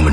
们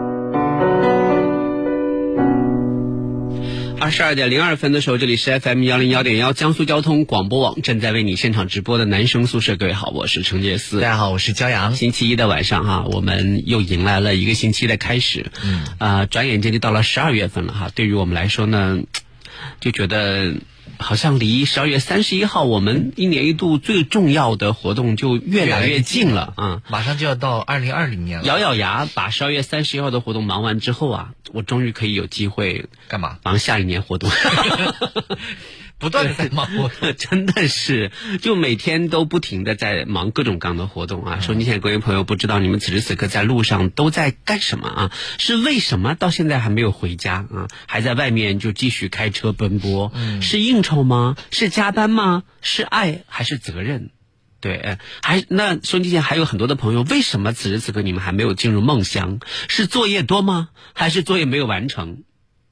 二十二点零二分的时候，这里是 FM 幺零幺点幺江苏交通广播网正在为你现场直播的男生宿舍。各位好，我是程杰思。大家好，我是骄阳。星期一的晚上哈、啊，我们又迎来了一个星期的开始。嗯啊、呃，转眼间就到了十二月份了哈。对于我们来说呢，就觉得好像离十二月三十一号我们一年一度最重要的活动就越来越近了啊、嗯！马上就要到二零二零年了。咬咬牙把十二月三十一号的活动忙完之后啊，我终于可以有机会干嘛？忙下一年活动。 不断的在忙活，真的是，就每天都不停的在忙各种各样的活动啊。嗯、说你现在各位朋友不知道你们此时此刻在路上都在干什么啊？是为什么到现在还没有回家啊？还在外面就继续开车奔波？嗯、是应酬吗？是加班吗？是爱还是责任？对，哎还那收音机前还有很多的朋友，为什么此时此刻你们还没有进入梦乡？是作业多吗？还是作业没有完成？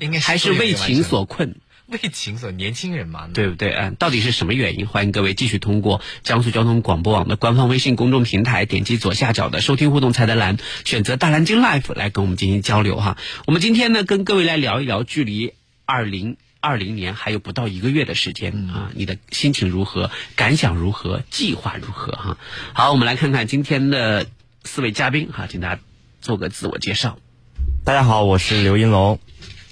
应该还是为情所困。为情所年轻人嘛，对不对？嗯，到底是什么原因？欢迎各位继续通过江苏交通广播网的官方微信公众平台，点击左下角的收听互动菜单栏，选择大蓝鲸 Life 来跟我们进行交流哈。我们今天呢，跟各位来聊一聊，距离二零二零年还有不到一个月的时间、嗯、啊，你的心情如何？感想如何？计划如何？哈，好，我们来看看今天的四位嘉宾哈，请大家做个自我介绍。大家好，我是刘云龙。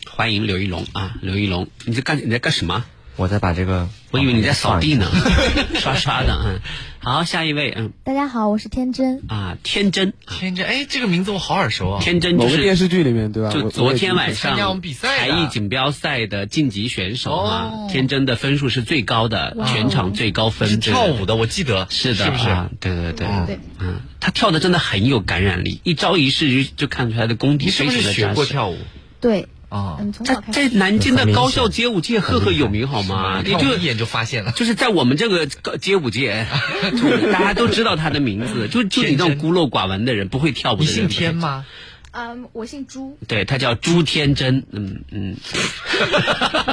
欢迎刘一龙啊，刘一龙，你在干你在干什么？我在把这个，我以为你在扫地呢， 刷刷的嗯。好，下一位嗯，大家好，我是天真啊，天真，天真，哎，这个名字我好耳熟啊，天真就是电视剧里面对吧？就昨天晚上参加我们比赛哦才艺锦标赛的晋级选手啊，天真的分数是最高的，全场最高分，是跳舞的，我记得是的，啊是不哦是？对对对，嗯，他跳的真的很有感染力，一招一式就看出来的功底非常的扎实。学过跳舞？对。啊，嗯在在南京的高校街舞界赫赫有名，好吗？你就一眼就发现了，就是在我们这个街舞界， 大家都知道他的名字。就就你这种孤陋寡闻的人，不会跳舞的人。你姓天吗？嗯，我姓朱。对他叫朱天真，嗯嗯，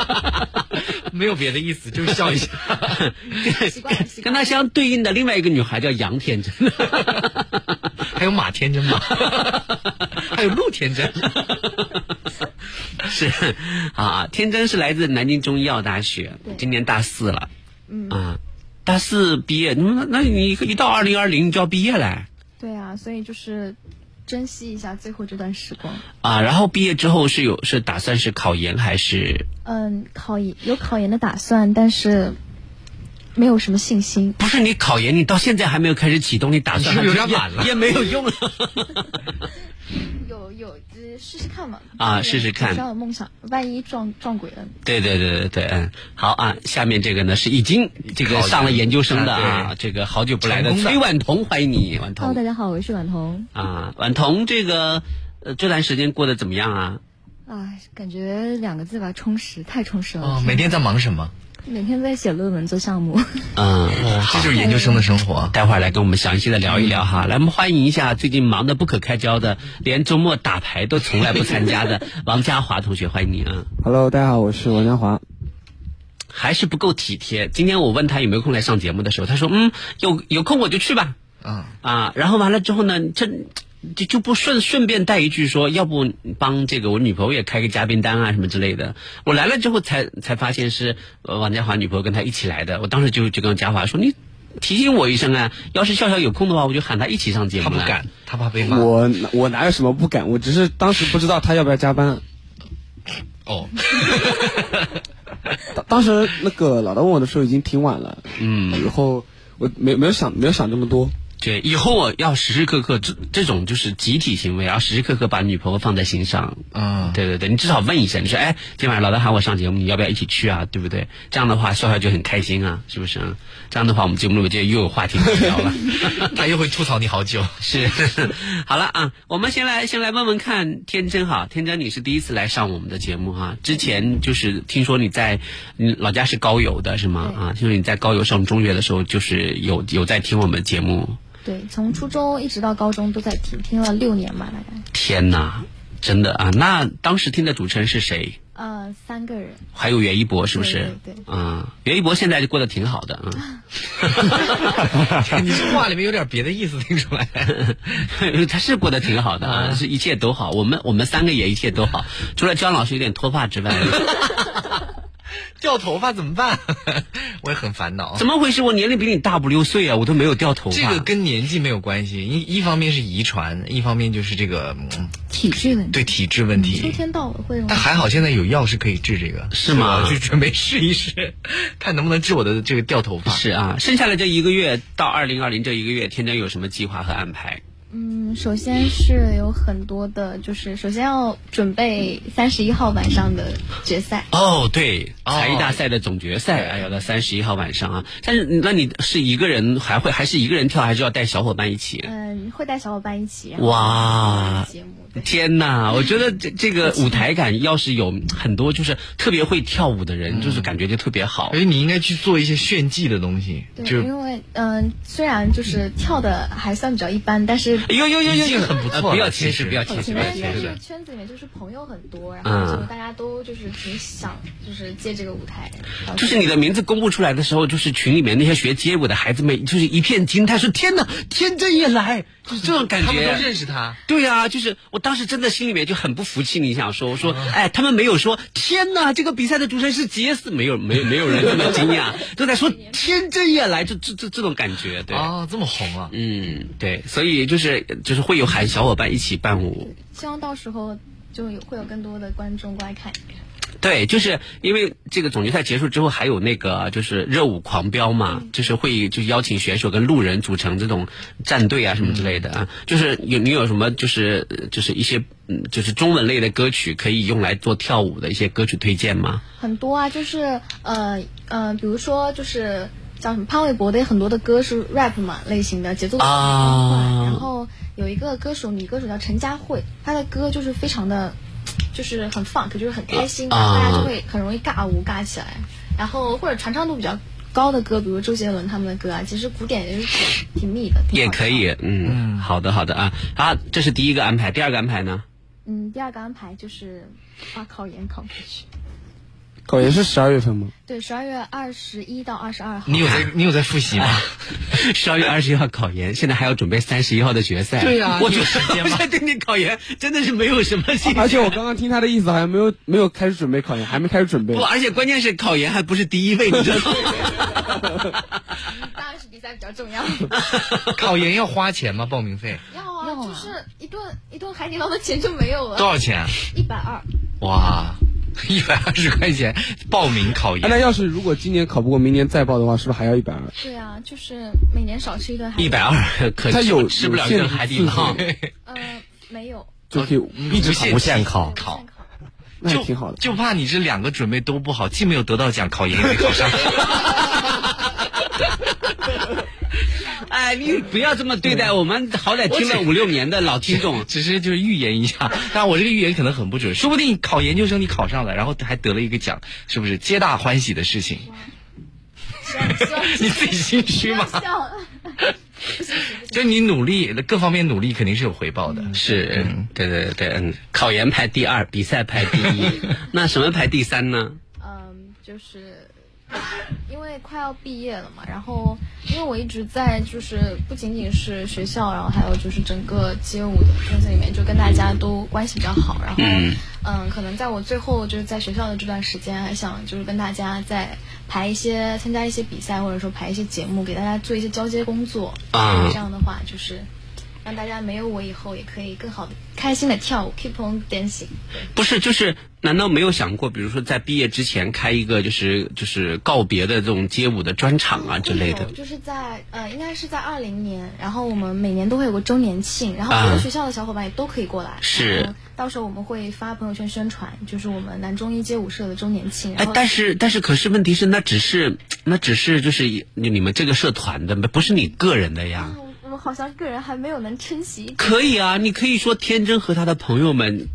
没有别的意思，就是笑一下。跟他相对应的另外一个女孩叫杨天 真， 还有马天 真吗？还有陆天真。是啊，天真是来自南京中医药大学，今年大四了，嗯啊，大四毕业，嗯那那你一到二零二零就要毕业嘞。对啊，所以就是珍惜一下最后这段时光啊。然后毕业之后是有是打算是考研还是？嗯，考研有考研的打算，但是没有什么信心。不是你考研，你到现在还没有开始启动，你打算有点晚了，也没有用了。有有，呃，试试看嘛。啊，试试看。只要有梦想，万一撞撞鬼了。对对对对对，嗯，好啊。下面这个呢是已经这个上了研究生的啊，这个好久不来的崔婉彤，欢迎你，婉彤。 Hello，大家好，我是婉彤。啊，婉彤，这个呃这段时间过得怎么样啊？啊，感觉两个字吧，充实，太充实了。哦，每天在忙什么？哦每天在写论文、做项目，嗯，这就是研究生的生活。待会儿来跟我们详细的聊一聊哈。来，我们欢迎一下最近忙得不可开交的，连周末打牌都从来不参加 的王家华同学，欢迎你啊！Hello，大家好，我是王家华。还是不够体贴。今天我问他有没有空来上节目的时候，他说：“嗯，有有空我就去吧。嗯”啊啊，然后完了之后呢，这。就就不顺顺便带一句说，要不帮这个我女朋友也开个嘉宾单啊什么之类的。我来了之后才才发现是呃王家华女朋友跟他一起来的，我当时就就跟家华说你提醒我一声啊，要是笑笑有空的话，我就喊他一起上节目。啊他不敢，他怕被骂。我我哪有什么不敢，我只是当时不知道他要不要加班。哦。当当时那个老大问我的时候已经挺晚了，嗯，然后我没没有想没有想这么多。对，以后我要时时刻刻这这种就是集体行为，要时时刻刻把女朋友放在心上。啊，对对对，你至少问一下，你说哎，今晚老大喊我上节目，你要不要一起去啊？对不对？这样的话，笑笑就很开心啊，是不是？这样的话，我们节目里就又有话题可以聊了。 他又会吐槽你好 久。是， 好了啊，我们先来先来问问看天真哈，天真你是第一次来上我们的节目哈，之前就是听说你在你老家是高邮的是吗？啊，听说你在高邮上中学的时候，就是有有在听我们节目，对，从初中一直到高中都在听，听了六年吧，大概，天哪，真的啊，那当时听的主持人是谁？呃，三个人，还有袁一博是不是？对对嗯，袁一博现在就过得挺好的，嗯。 你这话里面有点别的意思，听出来。他是过得挺好的啊，是一切都好。我们我们三个也一切都好，除了姜老师有点脱发之 外，掉头发怎么 办？我也很烦恼。怎么回事？我年龄比你大五六岁啊，我都没有掉头发。这个跟年纪没有关系，一一方面是遗传，一方面就是这个嗯体质问题。对体质问秋题。天到了会用但还好现在有药是可以治这个，是吗我去准备试一试，看能不能治我的这个掉头发。是啊，剩下的这一个月到二零二零这一个月，天真有什么计划和安排？嗯，首先是有很多的，就是首先要准备三十一号晚上的决赛。哦，对，哦才艺大赛的总决赛，哎呀，到三十一号晚上啊。但是那你是一个人，还会还是一个人跳，还是要带小伙伴一起？啊嗯，会带小伙伴一起。然后哇节目对，天呐，我觉得这这个舞台感要是有很多就是特别会跳舞的嗯人，就是感觉就特别好而。且你应该去做一些炫技的东西，对，就因为嗯、虽然就是跳的还算比较一般，但是哎呦呦呦呦，已经很不错了呃不要其谦实哦虚，不要我谦虚，前不要面谦在虚这。个圈子里面就是朋友很多，然后就大家都就是挺想就是借这个舞台。然后就是你的名字公布出来的时候，就是群里面那些学街舞的孩子们，就是一片惊叹，说：“天哪，天真也来！”就是这种感他们都觉。认识他。对呀、就是我当时真的心里面就很不服气，你想说，我说，哦哎，他们没有说，天哪，这个比赛的主持人是杰斯，没有，没有，没有人这么惊讶，都在说天真也来，就这这这种感觉，对，哦，这么红啊！嗯，对，所以就是就是会有喊小伙伴一起伴舞，希望到时候就有会有更多的观众过来看一看。对，就是因为这个总决赛结束之后，还有那个就是热舞狂飙嗯嘛，就是会就邀请选手跟路人组成这种战队啊什么之类的啊。嗯就是有你有什么就是呃就是一些嗯就是中文类的歌曲可以用来做跳舞的一些歌曲推荐吗？很多啊，就是呃呃，比如说就是叫什么潘玮柏的很多的歌是 rap 嘛类型的，节奏感很快。啊然后有一个歌手女歌手叫陈佳慧，她的歌就是非常的，就是很 funk，就是很开心，啊大家就会很容易尬舞尬起来。然后或者传唱度比较高的歌，比如周杰伦他们的歌啊，其实古典也是挺挺密的，挺也好可唱的。以，嗯，好的好的啊啊，这是第一个安排，第二个安排呢？嗯，第二个安排就是啊，考研考过去。考研是十二月份吗？对，十二月二十一到二 十二号。你有在你有在复 习吗？十二月二十一号考研，现在还要准备三十一号的决赛。对呀我你觉有得时间吗我在对你考研真的是没有什么信心。而且我刚刚听他的意思，好像没有没有开始准备考研，还没开始准备不，。而且关键是考研还不是第一位，你知道吗？当然是比赛比较重要。考研要花钱吗？报名费要啊，要啊就是一顿一顿海底捞的钱就没有多少了，钱？啊一百二。哇， 一百二十块钱报名考哎研，那要是如果今年考不过，明年再报的话，是不是还要一百二？对啊，就是每年少吃一顿海底一百二，可它有吃不了一顿海底捞 有限，制呃，没有，就可以一直考，无限考我，不考想考。那也挺好的。就怕你这两个准备都不好，既没有得到奖，考研也没考上。 哎，你不要这么对待我们，好歹听了五六年的老听众。只是就是预言一下，但我这个预言可能很不准，说不定考研究生你考上了，然后还得了一个奖，是不是皆大欢喜的事情？希望希望 你自己心虚吗 不？要笑了。就你努力，各方面努力肯定是有回报嗯的。是，对对对，嗯，考研排第二，比赛排第一，那什么排第三呢？嗯，就是因为快要毕业了嘛，然后因为我一直在就是不仅仅是学校，然后还有就是整个街舞的圈子里面，就跟大家都关系比较好，然后嗯嗯可能在我最后就是在学校的这段时间，还想就是跟大家再排一些参加一些比赛，或者说排一些节目，给大家做一些交接工作，啊这样的话就是让大家没有我以后也可以更好的、开心的跳舞，keep on dancing。不是，就是难道没有想过，比如说在毕业之前开一个就是就是告别的这种街舞的专场啊之类的有？就是在呃，应该是在二零年，然后我们每年都会有个周年庆，然后各啊个学校的小伙伴也都可以过来。是然后到时候我们会发朋友圈宣传，就是我们南中医街舞社的周年庆。然哎后，但是但是可是问题是，那只是那只是就是你们这个社团的，不是你个人的呀。啊我我好像个人还没有能撑起。可以啊，你可以说天真和他的朋友们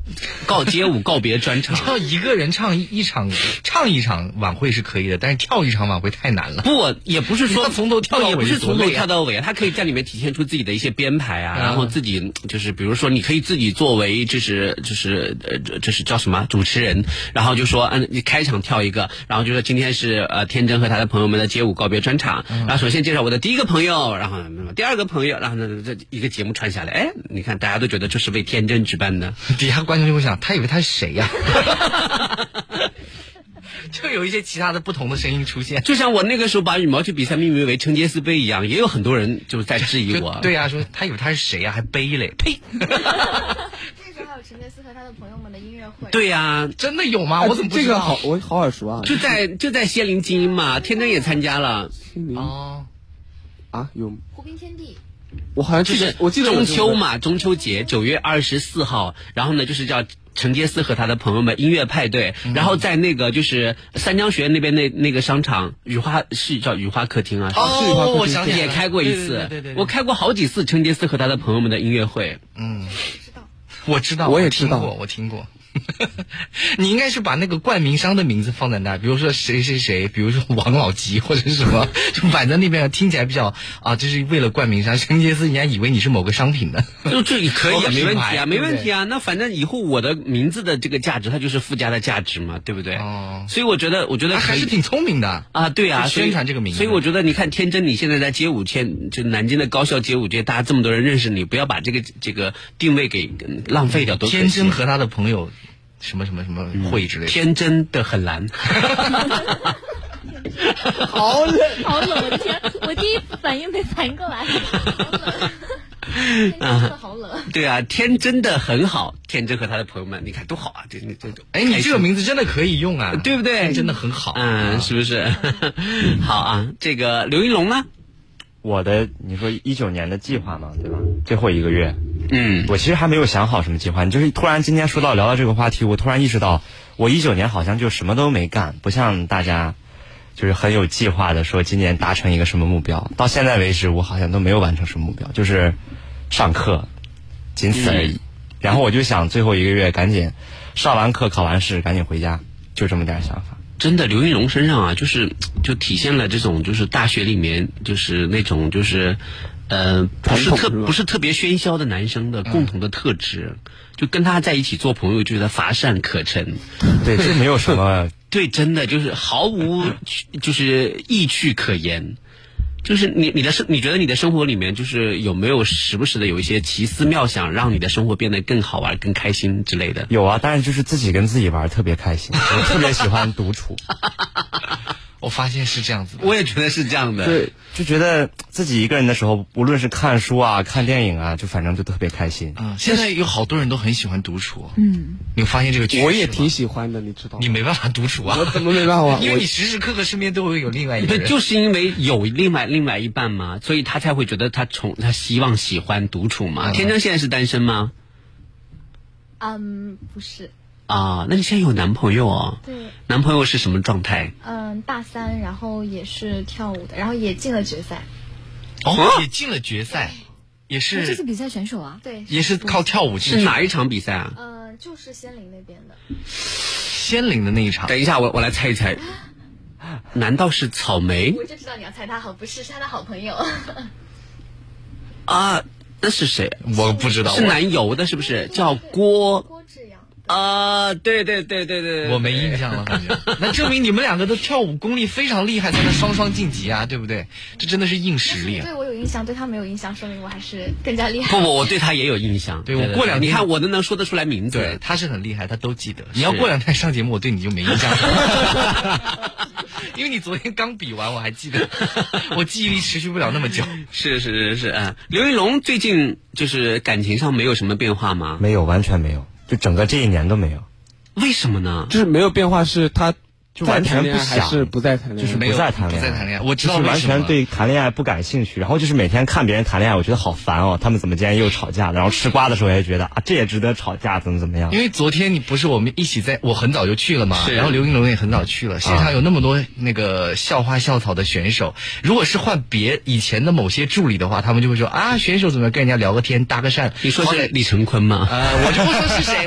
告街舞告别专场。要一个人唱一一场唱一场晚会是可以的，但是跳一场晚会太难了。不，也不是说他从头跳到尾也不是从多头累啊跳到尾啊，他可以在里面体现出自己的一些编排啊，嗯然后自己就是比如说，你可以自己作为就是就是呃就是叫什么主持人，然后就说嗯，你开场跳一个，然后就说今天是呃天真和他的朋友们的街舞告别专场，嗯然后首先介绍我的第一个朋友，然后嗯第二个朋友，然后呢这一个节目传下来，哎，你看大家都觉得这是为天真举办的，底下观众就会想，他以为他是谁 呀、就有一些其他的不同的声音出现。就像我那个时候把羽毛球比赛命名为承杰斯杯一样，也有很多人就是在质疑就我。对呀、说他以为他是谁呀、还背嘞，呸！那时候还有陈佩斯和他的朋友们的音乐会。对呀、真的有吗？啊我怎么啊哎不这知个道？好，我好耳熟啊！就 在就在仙林精英嘛，天真也参加了，清明哦，啊，有湖滨天地，我好像就记是得，我记得我中是秋嘛，中秋节九月二十四号，然后呢就是叫。陈杰斯和他的朋友们音乐派对，嗯然后在那个就是三江学院那边那那个商场雨花是叫雨花客厅啊，哦是一块我空间想起来也了开过一对次对对对，对我开过好几次陈杰斯和他的朋友们的音乐会，嗯，不知道。我知道，我也听知道过，我听过。 你应该是把那个冠名商的名字放在那儿，比如说谁谁谁，比如说王老吉或者是什么， 就摆在那边，听起来比较啊，就是为了冠名商，陈杰斯人家以为你是某个商品的。哦就这也可以我啊，很没问题明白啊，没问题啊。那反正以后我的名字的这个价值，它就是附加的价值嘛，对不对？哦所以我觉得，我觉得啊可还以是挺聪明的。啊，对啊，就宣所以传这个名字所以我觉得，你看天真，你现在在街舞圈，就南京的高校街舞界，大家这么多人认识你，不要把这个这个定位给嗯浪费掉，多可惜天真和他的朋友什么什么什么会之类的。天真的很难。 好冷，好冷，我的天！我第一反应没反应过来。天真的好冷。对啊，天真的很好，天真和他的朋友们，你看多好啊！这这这，哎，你这个字。名字真的可以用啊，对不对真的很好。嗯，是不是？ 好啊，这个刘一龙呢？我的你说一九年的计划嘛，对吧？最后一个月，嗯，我其实还没有想好什么计划。你就是突然今天说到聊到这个话题，我突然意识到，我一九年好像就什么都没干，不像大家就是很有计划的说今年达成一个什么目标。到现在为止，我好像都没有完成什么目标，就是上课，仅此而已。嗯然后我就想最后一个月赶紧上完课考完试赶紧回家，就这么点儿想法。真的，刘云龙身上啊，就是就体现了这种就是大学里面就是那种就是，呃，不是传统特是吧嗯不是特别喧嚣的男生的共同的特质，就跟他在一起做朋友，就觉得乏善可陈。对，这没有什 么。对，真的就是毫无就是意趣可言。就是你你的生，你觉得你的生活里面，就是有没有时不时的有一些奇思妙想，让你的生活变得更好啊玩、更开心之类的？有啊，但是就是自己跟自己玩儿特别开心， 我特别喜欢独处，我发现是这样子的。我也觉得是这样的。对，就觉得自己一个人的时候，无论是看书啊、看电影啊，就反正就特别开心。嗯，现在有好多人都很喜欢独处，嗯，你有发现这个趋势吗我也挺，喜欢的，你知道吗？你没办法独处啊我，怎么没办法？因为我你时时刻刻身边都会有另外一个对，人。就是因为有另外另外一半嘛，所以他才会觉得他宠他希望喜欢独处嘛。嗯天真现在是单身吗？嗯，不是。啊，那你现在有男朋友哦？对，男朋友是什么状态？嗯，大三，然后也是跳舞的，然后也进了决赛。啊哦，也进了决赛，也我这次是比赛选手啊，对，也是靠跳舞进是去哪一场比赛啊？嗯、就是仙林那边的，仙灵的那一场。等一下，我我来猜一猜，难道是草莓我就知道你要猜他好，不是是他的好朋 友，啊？那是谁？我不知道，是我南邮的，是不是叫郭？郭志阳。啊，对对对对对，对我没印象了，反正那证明你们两个的跳舞功力非常厉害，才能双双晋级啊，对不对？这真的是硬实力啊但是！对我有印象，对他没有印象，说明我还是更加厉害。不不，我对他也有印象。对我过两你天看我都能说得出来名字。对，他是很厉害，他都记得。你要过两天上节目，我对你就没印象了。 因为你昨天刚比完，我还记得，我记忆力持续不了那么久。是是是是啊，刘一龙最近就是感情上没有什么变化吗？没有，完全没有，就整个这一年都没有，为什么呢？就是没有变化，是他就在完谈全恋不爱还想，是不再谈恋爱？就是没有不再谈不恋爱再谈恋爱我知道就是为完什么全对谈恋爱不感兴趣，然后就是每天看别人谈恋爱，我觉得好烦哦，他们怎么今天又吵架了？然后吃瓜的时候也觉得啊，这也值得吵架，怎么怎么样因？为昨天你不是我们一起在，我很早就去了嘛，是啊然后刘云龙也很早去了。现场有那么多那个校花校草的选手，如果是换别以前的某些助理的话，他们就会说啊，选手怎么跟人家聊个天搭个讪？你说好是歹李成坤吗？呃，我就不说是谁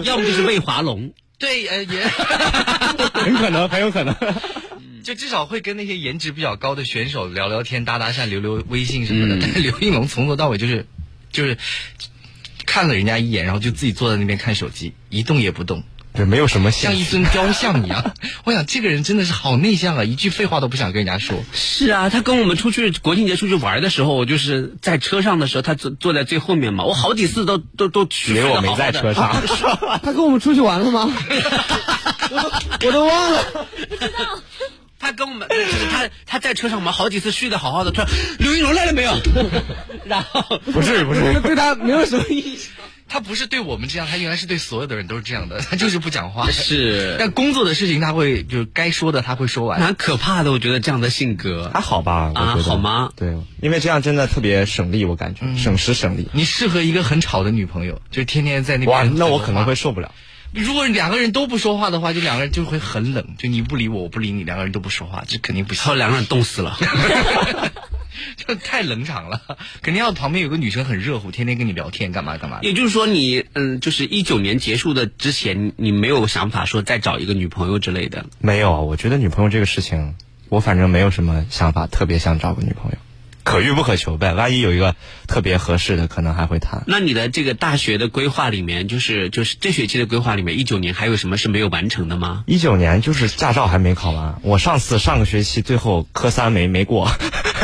要么就是魏华龙，对，呃，也 很可能， 很有可能。就至少会跟那些颜值比较高的选手聊聊天、搭搭讪、留留微信什么的。嗯但是刘应龙从头到尾就是，就是看了人家一眼，然后就自己坐在那边看手机，一动也不动， 对，没有什么兴像一趣。尊雕像一样。 我想这个人真的是好内向啊，一句废话都不想跟人家说。是啊，他跟我们出去国庆节出去玩的时候，我就是在车上的时候，他坐坐在最后面嘛，我好几次都都都取没有，我没在车上。啊他跟我们出去玩了吗？ 我都我都忘了。 他跟我们就是他他在车上，我们好几次睡得好好的，突然刘一龙来了没有？ 然后不是不我是，对他没有什么印象。他不是对我们这样，他原来是对所有的人都是这样的， 他就是不讲话。是但工作的事情他会就是该说的他会说完。蛮可怕的，我觉得这样的性格还好吧？我觉得啊好吗对，因为这样真的特别省力，我感觉省时省力。你适合一个很吵的女朋友，就是天天在那边。哇，那我可能会受不了。如果两个人都不说话的话，就两个人就会很冷，就你不理我，我不理你，两个人都不说话，这肯定不然后行，两个人冻 死了。这太冷场了，肯定要旁边有个女生很热乎，天天跟你聊天，干嘛干嘛的。也就是说你，嗯，就是一九年结束的之前，你没有想法说再找一个女朋友之类的。没有，啊我觉得女朋友这个事情，我反正没有什么想法，特别想找个女朋友，可遇不可求呗。万一有一个特别合适的，可能还会谈。那你的这个大学的规划里面，就是就是这学期的规划里面，一九年还有什么是没有完成的吗？一九年就是驾照还没考完，我上次上个学期最后科三没没过，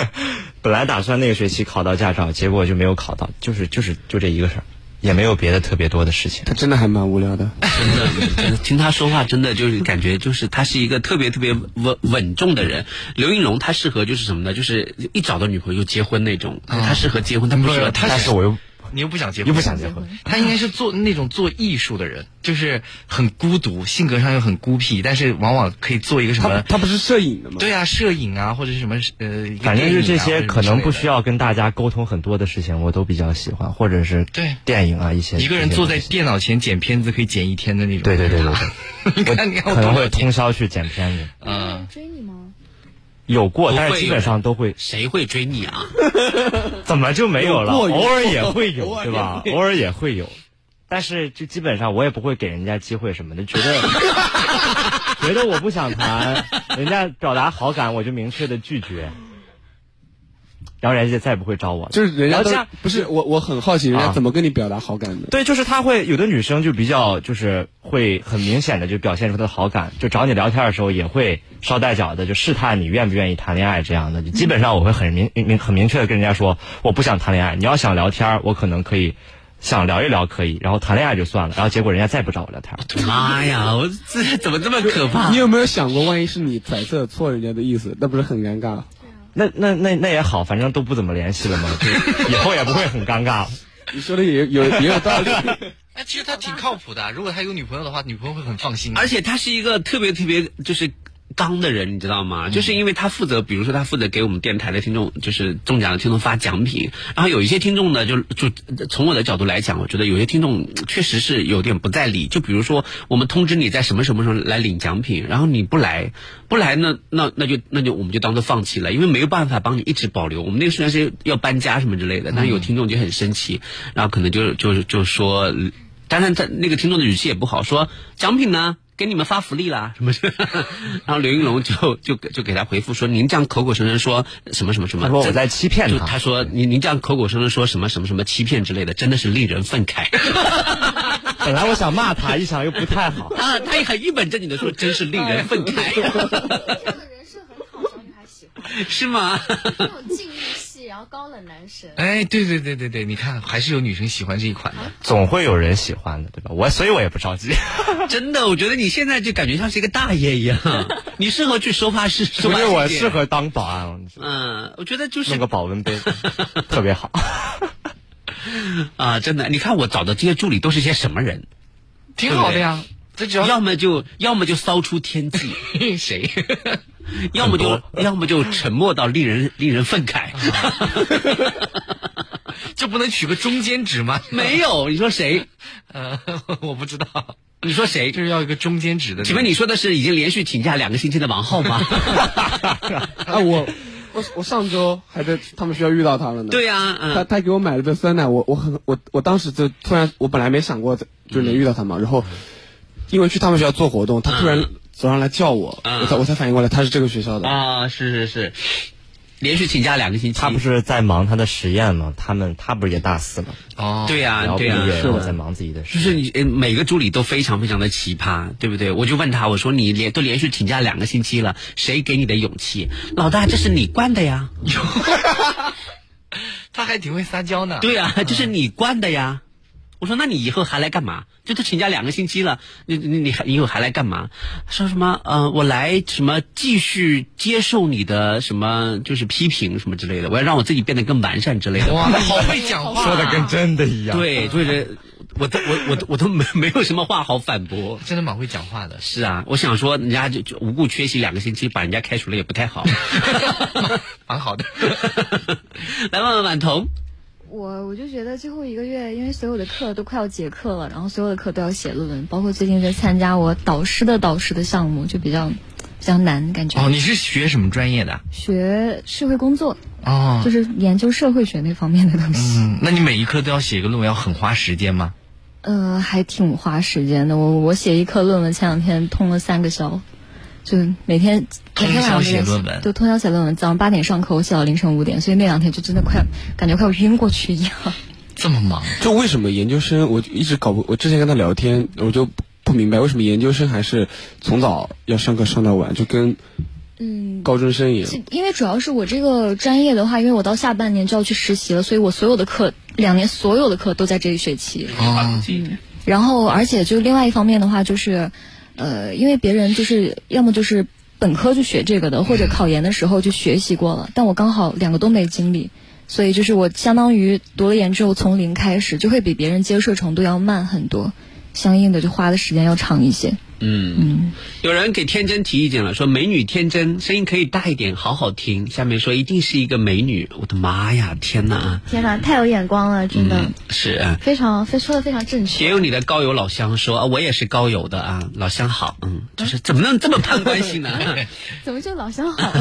本来打算那个学期考到驾照，结果就没有考到，就是就是就这一个事儿，也没有别的特别多的事情。他真的还蛮无聊的。真的，真的听他说话，真的就是感觉就是他是一个特别特别稳稳重的人。刘应龙他适合就是什么呢？就是一找到女朋友就结婚那种，他适合结婚，他不适合不他但是我又你又不想结婚，又不想结婚，他应该是做那种做艺术的人，就是很孤独，性格上又很孤僻，但是往往可以做一个什他么。他不是摄影的吗？对啊，摄影啊，或者是什么呃，一个反正就这些电影啊可能不需要要跟大家沟通很多的事情，我都比较喜欢，或者是对电影啊一些一个人坐在一些东西电脑前剪片子，可以剪一天的那种。对对对对对。 你看你看我可多能会了解通宵去剪片子，有呃人追你吗？有过，但不会是基本上都会，谁会追你啊？ 怎么就没有了？有过有偶尔也会偶 有，尔对吧？也偶尔也会有，但是就基本上我也不会给人家机会什么的，觉得 觉得我不想谈，人家表达好感我就明确的拒绝，然后人家再也不会找我了。就是人家然后这都样不是我，我很好奇人家啊怎么跟你表达好感的。对，就是她会有的女生就比较就是会很明显的就表现出她的好感，就找你聊天的时候也会捎带脚的就试探你愿不愿意谈恋爱这样的。就基本上我会很明明很明确的跟人家说我不想谈恋爱，你要想聊天，我可能可以想聊一聊可以，然后谈恋爱就算了，然后结果人家再不找我聊天。妈呀，我这怎么这么可怕你？有没有想过，万一是你揣测错人家的意思，那不是很尴尬？那那那那也好，反正都不怎么联系了嘛，就以后也不会很尴尬。你说的也有也有 道理。啊哎，其实他挺靠谱的。如果他有女朋友的话，女朋友会很放心。而且他是一个特别特别就是刚的人，你知道嗯吗？就是因为他负责，比如说他负责给我们电台的听众，就是中奖的听众发奖品。然后有一些听众呢，就就从我的角度来讲，我觉得有些听众嗯确实是有点不在理。就比如说我们通知你在什么什么时候来领奖品，然后你不来，不来呢， 那那就那就我们就当做放弃了，因为没有办法帮你一直保留。我们那个时间是要搬家什么之类的，嗯但有听众就很生气，然后可能就就就说。当然，他那个听众的语气也不好，说奖品呢给你们发福利啦什么 的。然后刘云龙就就就给他回复说：“您这样口口声声说什么什么什么，他说我这在欺骗就他他说您您这样口口声声说什么什么什么欺骗之类的，真的是令人愤 慨。本来我想骂他，一想又不太好。啊，他也很一本正经的说，真是令人愤慨， 这样的人是很讨小女孩喜欢，是吗？那种禁欲系，然后高冷男神。哎，对对对对对，你看还是有女生喜欢这一款的。总会有人喜欢的，对吧？我所以我也不着急。真的，我觉得你现在就感觉像是一个大爷一样，你适合去收发室。收不 发是室我见适。合当保安，嗯，我觉得就是弄个保温杯特别好。啊，真的，你看我找的这些助理都是些什么人？挺好的呀。 这只要要么就要么就骚出天 际，谁 要么就要么就沉默到令人令人愤 慨。就不能取个中间值吗？没有，你说谁？呃， 我不知道，你说谁？就是要一个中间值的。请问你说的是已经连续请假两个星期的王浩 吗？ 啊，我我我上周还在他们学校遇到他了呢。对呀、他嗯，他给我买了杯酸奶，我我很我我当时就突然，我本来没想过就嗯能遇到他嘛，然后因为去他们学校做活动，他突然走上来叫我，嗯我才我才反应过来他是这个学校的。啊，是是是，连续请假两个星期。他不是在忙他的实验吗？他们他不是也大四吗？哦，对呀、然后毕啊对呀、业，然后的在忙自己的就实是验。你呃每个助理都非常非常的奇葩，对不对？我就问他，我说你连都连续请假两个星期了，谁给你的勇气？老大，这是你惯的呀，他还挺会撒娇 呢。对呀、这是你惯的呀。我说那你以后还来干嘛？这都请假两个星期了，你你你还以后还来干嘛？说什么呃，我来什么继续接受你的什么就是批评什么之类的，我要让我自己变得更完善之类的。哇，好会讲话，说的跟真的一样。， 对，就是我都我我都我都没 没有什么话好反驳。真的蛮会讲话的。是啊，我想说，人家就就无故缺席两个星期，把人家开除了也不太好。 蛮好的。来问问婉彤，我我就觉得最后一个月，因为所有的课都快要结课了，然后所有的课都要写论文，包括最近在参加我导师的导师的项目，就比较比较难，感觉、哦，你是学什么专业的？学社会工作哦就，是研究社会学那方面的东西，嗯，那你每一科都要写一个论文，要很花时间吗？呃，还挺花时间的。我我写一课论文，前两天通了三个宵，就每天每天通晚上宵写都在论文对，通宵写论文，早上八点上课，我写到凌晨五点，所以那两天就真的快感觉快要晕过去一样。这么忙，就为什么研究生，我就一直搞不，我之前跟他聊天，我就不不明白为什么研究生还是从早要上课上到晚，就跟嗯，高中生一样。是因为主要是我这个专业的话，因为我到下半年就要去实习了，所以我所有的课，两年所有的课都在这一学期。哦，然后，而且就另外一方面的话，就是，呃，因为别人就是要么就是本科就学这个的，或者考研的时候就学习过了，但我刚好两个都没经历，所以就是我相当于读了研之后从零开始，就会比别人接受程度要慢很多，相应的就花的时间要长一些。嗯，有人给天真提意见了，说美女天真声音可以大一点，好好听。下面说一定是一个美女，我的妈呀，天哪啊！天哪，太有眼光了，真的，嗯，是啊。非常非说的非常正也确有。你的高友老乡说，啊我也是高友的啊，老乡好，嗯，就是怎么能这么攀关系呢？怎么就老相好？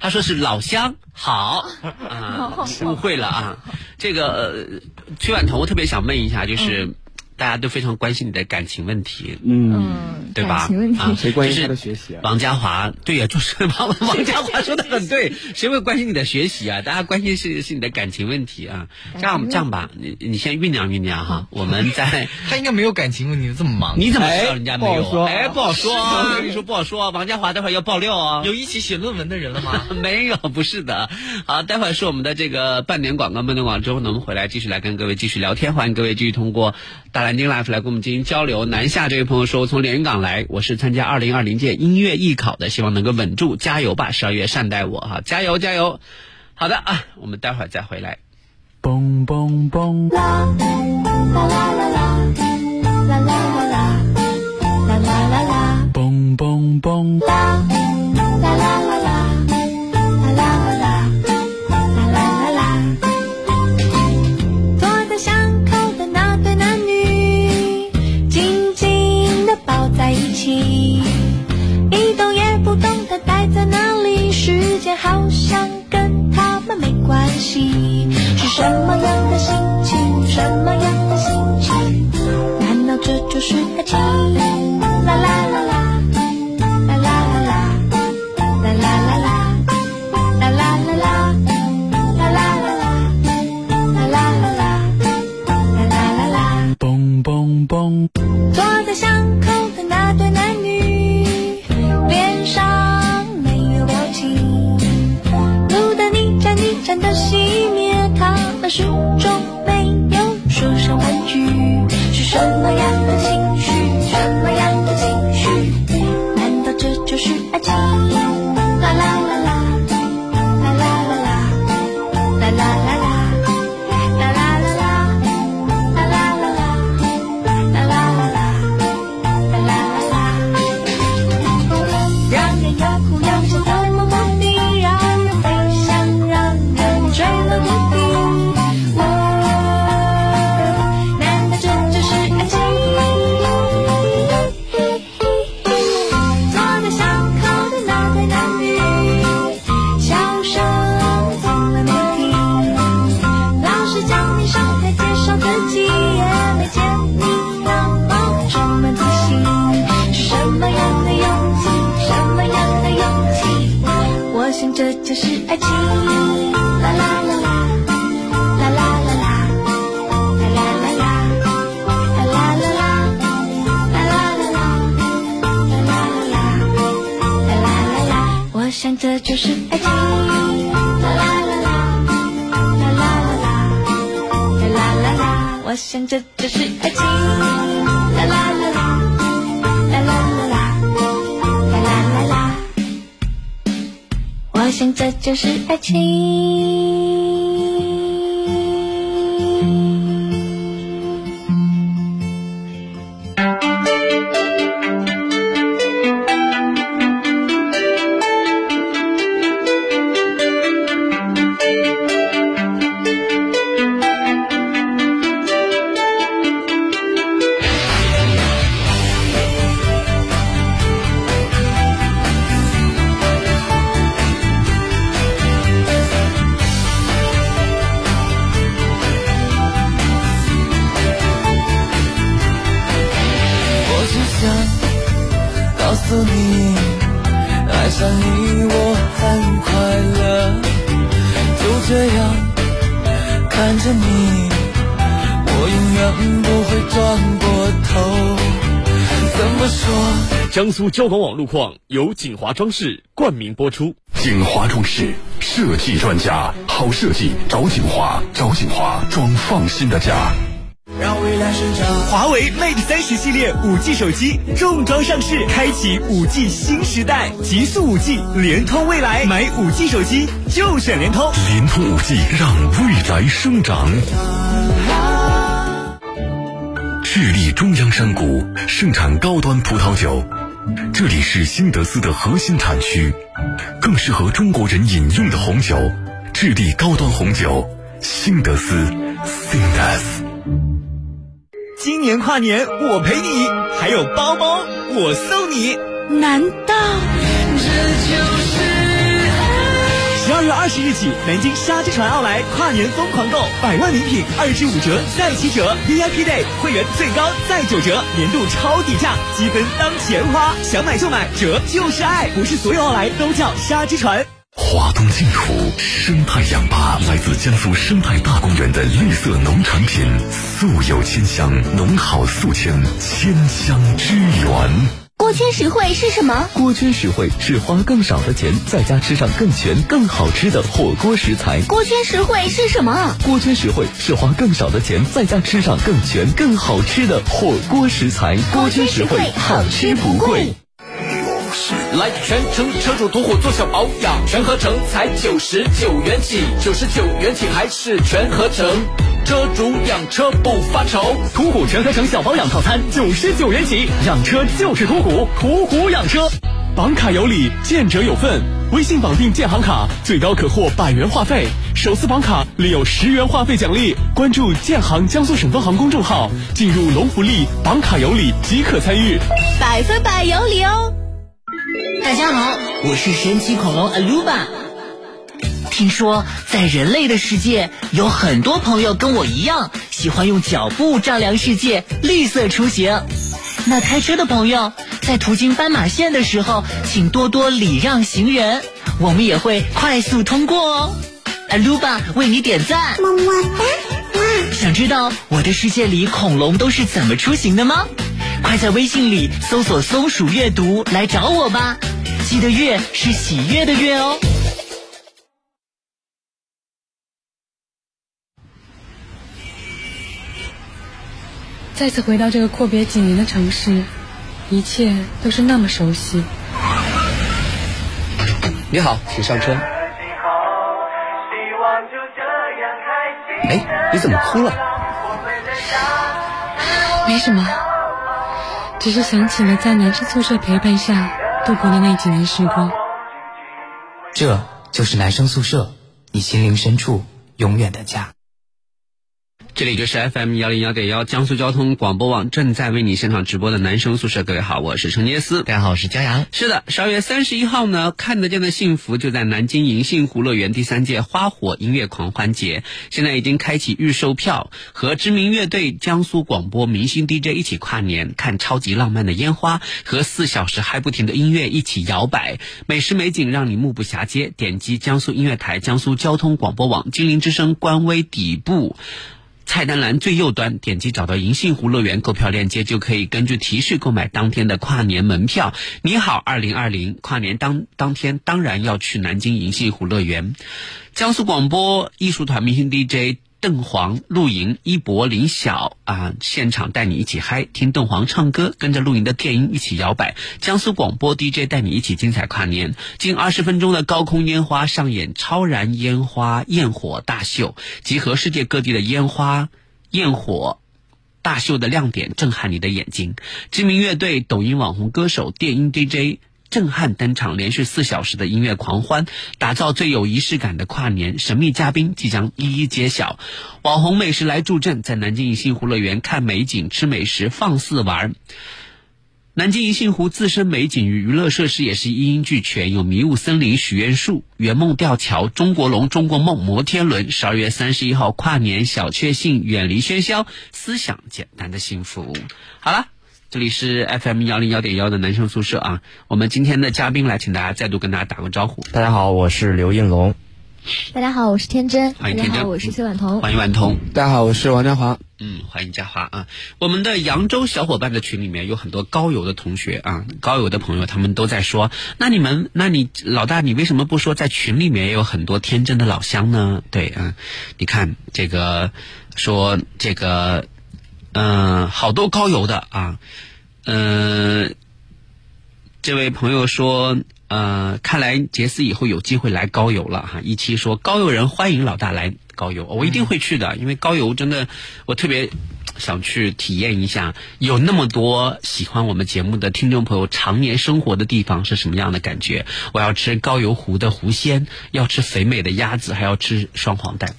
他说是老乡好啊，误会了啊。这个呃崔婉彤，我特别想问一下，就是、大家都非常关心你的感情问题，嗯，嗯，对吧？感情问题。啊、谁关心就是他的学习啊王家华，对呀、就是 王王家华说的很对，谁会关心你的学习啊？大家关心是是你的感情问题啊。这样这样吧，你你先酝酿酝酿哈，我们再。他应该没有感情问题，这么忙。你怎么知道人家没哎不好有？说啊哎，不好说啊！我跟你说不好说啊，王家华待会儿要爆料啊。有一起写论文的人了吗？ 没有，不是的。好，待会儿是我们的这个半年广告，半年广告之后呢，我们回来继续来跟各位继续聊天，欢迎各位继续通过大蓝鲸 Life 来跟我们进行交流。南下这位朋友说，我从连云港来，我是参加二零二零届音乐艺考的，希望能够稳住，加油吧！十二月善待我哈，加油加油！好的啊，我们待会儿再回来。嘣嘣嘣！啦啦啦啦，啦啦啦啦，啦啦啦啦，嘣嘣嘣！啦啦啦啦，啦啦啦啦，啦啦啦啦。坐在巷口的那对男女，紧紧地抱在一起，一动也不动地待在那里，时间好像跟他们没关系。是什么样的心情？什么样的心情？难道这就是爱情？啦啦啦啦，啦啦啦啦，啦啦啦啦，啦啦啦啦，啦啦啦啦，啦啦啦啦，啦啦啦啦。嘣嘣嘣！坐在巷口的那对男女，脸上没有表情，路灯一盏一盏的熄灭，那始终没有说上半句，是什么样的情绪？什么样的情绪？难道这就是爱情？啦啦啦啦，啦啦啦啦，啦啦啦啦，啦啦啦啦，啦啦啦啦，啦啦啦啦，啦啦啦啦。让人要哭要笑的目的，让人飞翔，让人坠落谷底。我，难道这就是爱情？坐在巷口的那对男女，笑声从来没停。老师叫你上台介绍自己，也没见你那么充满自信。是什么样的勇气？什么样的勇气？我想这就是爱情。啦啦啦啦，啦啦啦啦，啦啦啦啦，啦啦啦啦，啦啦啦啦，啦啦啦啦。啦啦啦啦，我想这就是爱情。啦啦啦啦，啦啦啦啦，啦啦啦啦，我想这就是爱情。啦啦啦啦，啦啦啦啦，啦啦啦啦，我想这就是爱情。我只想告诉你，爱上你我很快乐。就这样看着你，我永远不会转过头。怎么说？江苏交广网路况由锦华装饰冠名播出。锦华装饰设计专家，好设计找锦华，找锦华装放心的家。让未来生长。华为 Mate 三十系列五 G 手机重装上市，开启五 G 新时代，极速五 G 联通未来，买五 G 手机就选联通。联通五 G 让未来生长。智利中央山谷盛产高端葡萄酒，这里是新德斯的核心产区，更适合中国人饮用的红酒。智利高端红酒，新德斯 s i n d e s 今年跨年我陪你，还有包包我送你。难道十二月二十日起，南京沙之船奥莱跨年疯狂购，百万礼品二至五折，再七折；VIP Day 会员最高再九折，年度超低价，积分当钱花，想买就买，折就是爱。不是所有奥莱都叫沙之船。华东净土生态氧吧来自江苏生态大公园的绿色农产品，素有千香，农好宿迁，千香之源。锅圈实惠是什么？锅圈实惠是花更少的钱，在家吃上更全、更好吃的火锅食材。锅圈实惠是什么？锅圈实惠是花更少的钱，在家吃上更全、更好吃的火锅食材。锅圈实惠，好吃不贵。来全程车主同伙做小保养，全合成才九十九元起，九十九元起还是全合成。车主养车不发愁，途虎全合成小保养套餐九十九元起，养车就是途虎，途虎养车。绑卡有礼，见者有份。微信绑定建行卡，最高可获百元话费，首次绑卡另有十元话费奖励。关注建行江苏省分行公众号，进入龙福利绑卡有礼即可参与。百分百有礼哦！大家好，我是神奇恐龙阿鲁巴。听说在人类的世界，有很多朋友跟我一样，喜欢用脚步丈量世界，绿色出行。那开车的朋友，在途经斑马线的时候，请多多礼让行人，我们也会快速通过哦。阿鲁巴为你点赞，么么哒！想知道我的世界里恐龙都是怎么出行的吗？快在微信里搜索“松鼠阅读”来找我吧，记得“阅”是喜悦的“悦”哦。再次回到这个阔别几年的城市，一切都是那么熟悉。你好，请上车。哎，你怎么哭了？没什么，只是想起了在男生宿舍陪伴下度过的那几年时光。这就是男生宿舍，你心灵深处永远的家。这里就是 FM 幺零幺点幺江苏交通广播网正在为你现场直播的男生宿舍，各位好，我是陈杰斯，大家好，我是江阳。是的，十二月三十一号呢，看得见的幸福就在南京银杏湖乐园第三届花火音乐狂欢节，现在已经开启预售票，和知名乐队、江苏广播明星 DJ 一起跨年，看超级浪漫的烟花和四小时嗨不停的音乐一起摇摆，美食美景让你目不暇接。点击江苏音乐台、江苏交通广播网、金陵之声官微底部。菜单栏最右端点击找到银杏湖乐园购票链接，就可以根据提示购买当天的跨年门票。你好，二零二零跨年当当天当然要去南京银杏湖乐园。江苏广播艺术团明星 DJ 邓煌、陆莹、一博、林晓啊，现场带你一起嗨，听邓煌唱歌，跟着陆莹的电音一起摇摆。江苏广播 DJ 带你一起精彩跨年，近二十分钟的高空烟花上演超燃烟花焰火大秀，集合世界各地的烟花焰火。大秀的亮点震撼你的眼睛，知名乐队、抖音网红歌手、电音 DJ 震撼登场，连续四小时的音乐狂欢，打造最有仪式感的跨年。神秘嘉宾即将一一揭晓。网红美食来助阵，在南京银杏湖乐园看美景、吃美食、放肆玩。南京银杏湖自身美景与娱乐设施也是一应俱全，有迷雾森林、许愿树、圆梦吊桥、中国龙、中国梦、摩天轮。十二月三十一号跨年小确幸，远离喧嚣，思想简单的幸福。好了。这里是 FM 幺零幺点幺的男生宿舍啊，我们今天的嘉宾来，请大家再度跟大家打个招呼。大家好，我是刘应龙。 大家好，我是天真。欢迎大天家真好，我是崔婉彤。欢迎万通。大家好，我是王家华。嗯，欢迎嘉华啊！我们的扬州小伙伴的群里面有很多高邮的同学啊，高邮的朋友，他们都在说，那你们，那你老大，你为什么不说在群里面也有很多天真的老乡呢？对啊，你看这个说这个，嗯、好多高邮的啊，嗯、这位朋友说，呃，看来杰斯以后有机会来高邮了哈。一期说高邮人欢迎老大来高邮，我一定会去的，嗯因为高邮真的我特别想去体验一下，有那么多喜欢我们节目的听众朋友常年生活的地方是什么样的感觉。我要吃高邮湖的湖鲜，要吃肥美的鸭子，还要吃双黄蛋。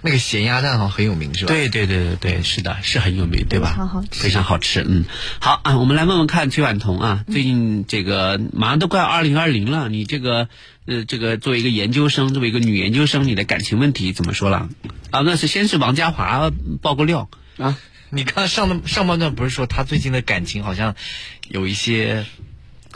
那个咸鸭蛋好像很有名是吧？对对对对对，是的，是很有名，对吧？非常好吃非常好吃，嗯。好啊，我们来问问看崔婉彤啊，最嗯近这个马上都快二零二零了，你这个呃，这个作为一个研究生，作为一个女研究生，你的感情问题怎么说了？啊，那是先是王家华爆个料啊，你刚上的上半段不是说他最近的感情好像有一些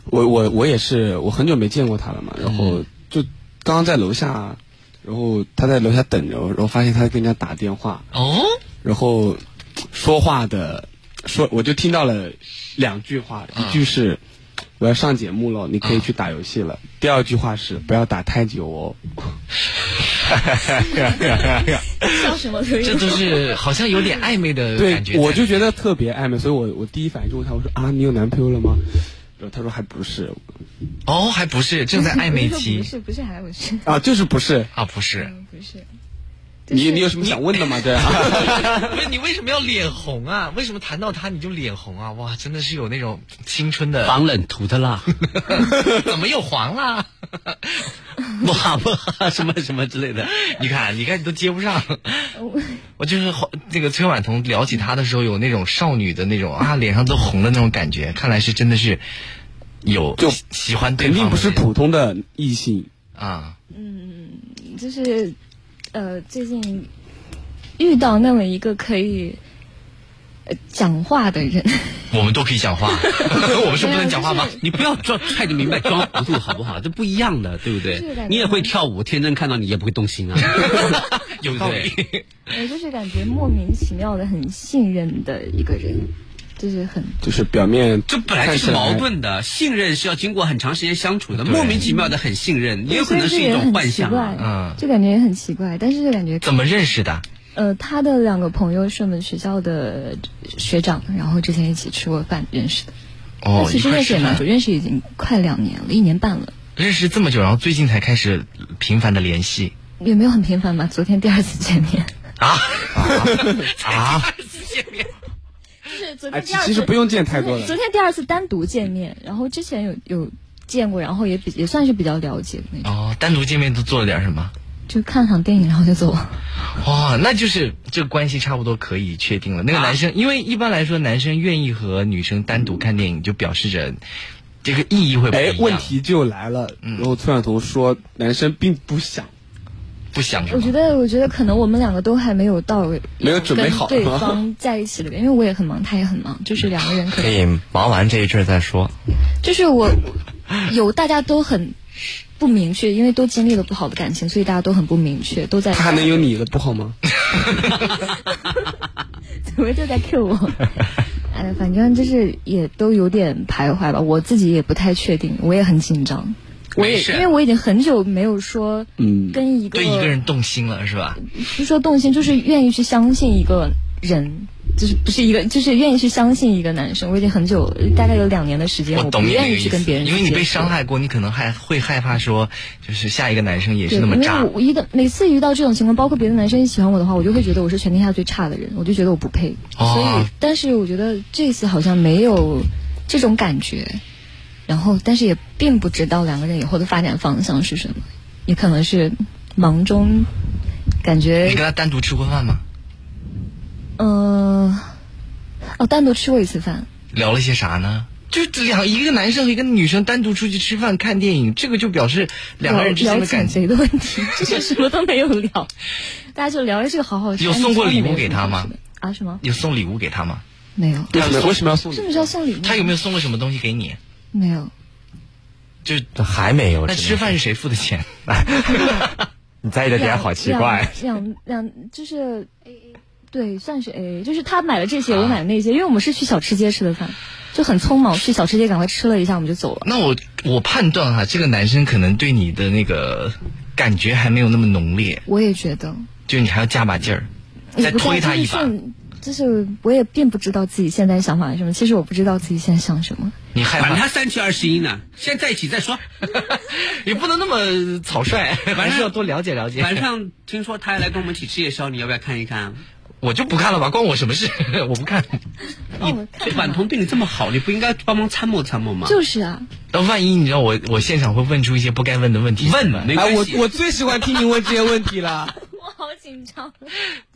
我我我也是，我很久没见过他了嘛，然后就刚刚在楼下，然后他在楼下等着，然后发现他在跟人家打电话，哦，然后说话的说，我就听到了两句话，嗯一句是。我要上节目了，你可以去打游戏了。第二句话是不要打太久哦。笑什么？这都是好像有点暧昧的对感觉，在。我就觉得特别暧昧，所以我我第一反应就问他，我说啊，你有男朋友了吗？然后他说还不是，哦，还不是正在暧昧不 期是不是还不是啊，就是不是啊，不是。不是，你你有什么想问的吗？对啊，不是你为什么要脸红啊？为什么谈到他你就脸红啊？哇，真的是有那种青春的防冷涂的蜡， 怎么又黄了？ 哇哇什么 什么之类的。你看，你看你都接不上。我就是黄那个崔婉彤聊起他的时候，有那种少女的那种啊，脸上都红的那种感觉。看来是真的是有就喜喜欢 对肯方定不是的人普通的异性。啊。就是呃，最近遇到那么一个可以、呃、讲话的人，我们都可以 讲话，我们是不能讲话吗？你不要装揣着明白装糊涂好不好？这不一样的，对不这个对？感觉你也会跳舞，天真看到你也不会动心 啊，有道理。我就是感觉莫名其妙的很信任的一个人，就是很就是表面这本来就是矛盾的，信任是要经过很长时间相处的，莫名其妙的很信任，也有可能是一种幻想啊。就感觉也很奇怪，但是就感觉怎么认识的？呃，他的两个朋友是我们学校的学长，然后之前一起吃过饭认识的。哦那其实一块认识也蛮吃久，认识已经快两年了，一年半了，认识这么久，然后最近才开始频繁的联 系也没有很频繁吧。昨天第二次见面，啊啊啊！ 就是昨哎，天其第二次，其实不用见太多了哎昨。天第二次单独见面，然后之前有有见过，然后也比也算是比较了解那种，哦，单独见面都做了点什么？就看场电影然后就走了。哇、那就是这个关系差不多可以确定了。那个男生，因为一般来说，男生愿意和女生单独看电影，就表示着这个意义会不一哎样。，问题就来了。嗯然后崔晓彤说，男生并不想，不想我觉得，我觉得可能我们两个都还没有到没有准备好啊跟对吗方在一起的，因为我也很忙，他也很忙，就是两个人可可 能以忙完这一阵儿再说。就是我有大家都很不明确，因为都经历了不好的感情，所以大家都很不明确，都在他 还能有你的不好 吗？怎么就在 Q 我？哎，反正就是也都有点徘徊吧，我自己也不太确定，我也很紧张。我也没事因为我已经很久没有说嗯跟一个对一个人动心了是吧？不是说动心，就是愿意去相信一个人，就是不是一个，就是愿意去相信一个男生。我已经很久，大概有两年的时间，我不懂你那愿个意意去思跟别，人去因为你被接伤触害过，你可能还会害怕说，就是下一个男生也对，是那么因渣为。我我一到每次遇到这种情况，包括别的男生一喜欢我的话，我就会觉得我是全天下最差的人，我就觉得我不配。所哦以，但是我觉得这次好像没有这种感觉，然后但是也并不知道两个人以后的发展方向是什么，也可能是忙中感觉你跟他单独吃过饭吗？嗯，哦，单独吃过一次饭，聊了些啥呢？就这两一个男生和一个女生单独出去吃饭看电影，这个就表示两个人之聊间聊的感减情。 肥的问题，就是什么都没有聊，大家就聊一这个好好 吃。有哎你送过从来礼没物有给什么他好吗吃的？啊，什么？有送礼物给他吗？没有。为什么为什么要送什么叫送礼物？他有没有送了什么东西给你？没有？就是还没有。那吃饭是谁付的 钱？你在意的点好奇怪。两两两就是 A A，对，算是 A A，就是他买了这啊些，我买了那些，因为我们是去小吃街吃的饭，就很匆忙，去小吃街赶快吃了一下，我们就走了。那我我判断哈、这个男生可能对你的那个感觉还没有那么浓烈，我也觉得，就你还要加把劲儿，也再不推知道他一把就。是就是我也并不知道自己现在想法是什么，其实我不知道自己现在想什么。你害怕？管他三七二十一呢，先在一起再说。 也不能那么草率，还是要多了解了解。晚上听说他要来跟我们一起吃夜宵，你要不要看一啊看？我就不看了吧，关我什么事？ 我不看。哦，这婉彤对你这么好，你不应该帮忙参谋参谋吗？就是啊，那万一你知道我我现场会问出一些不该问的问题，问嘛没关系哎我我最喜欢听你问这些问题了。我好紧张。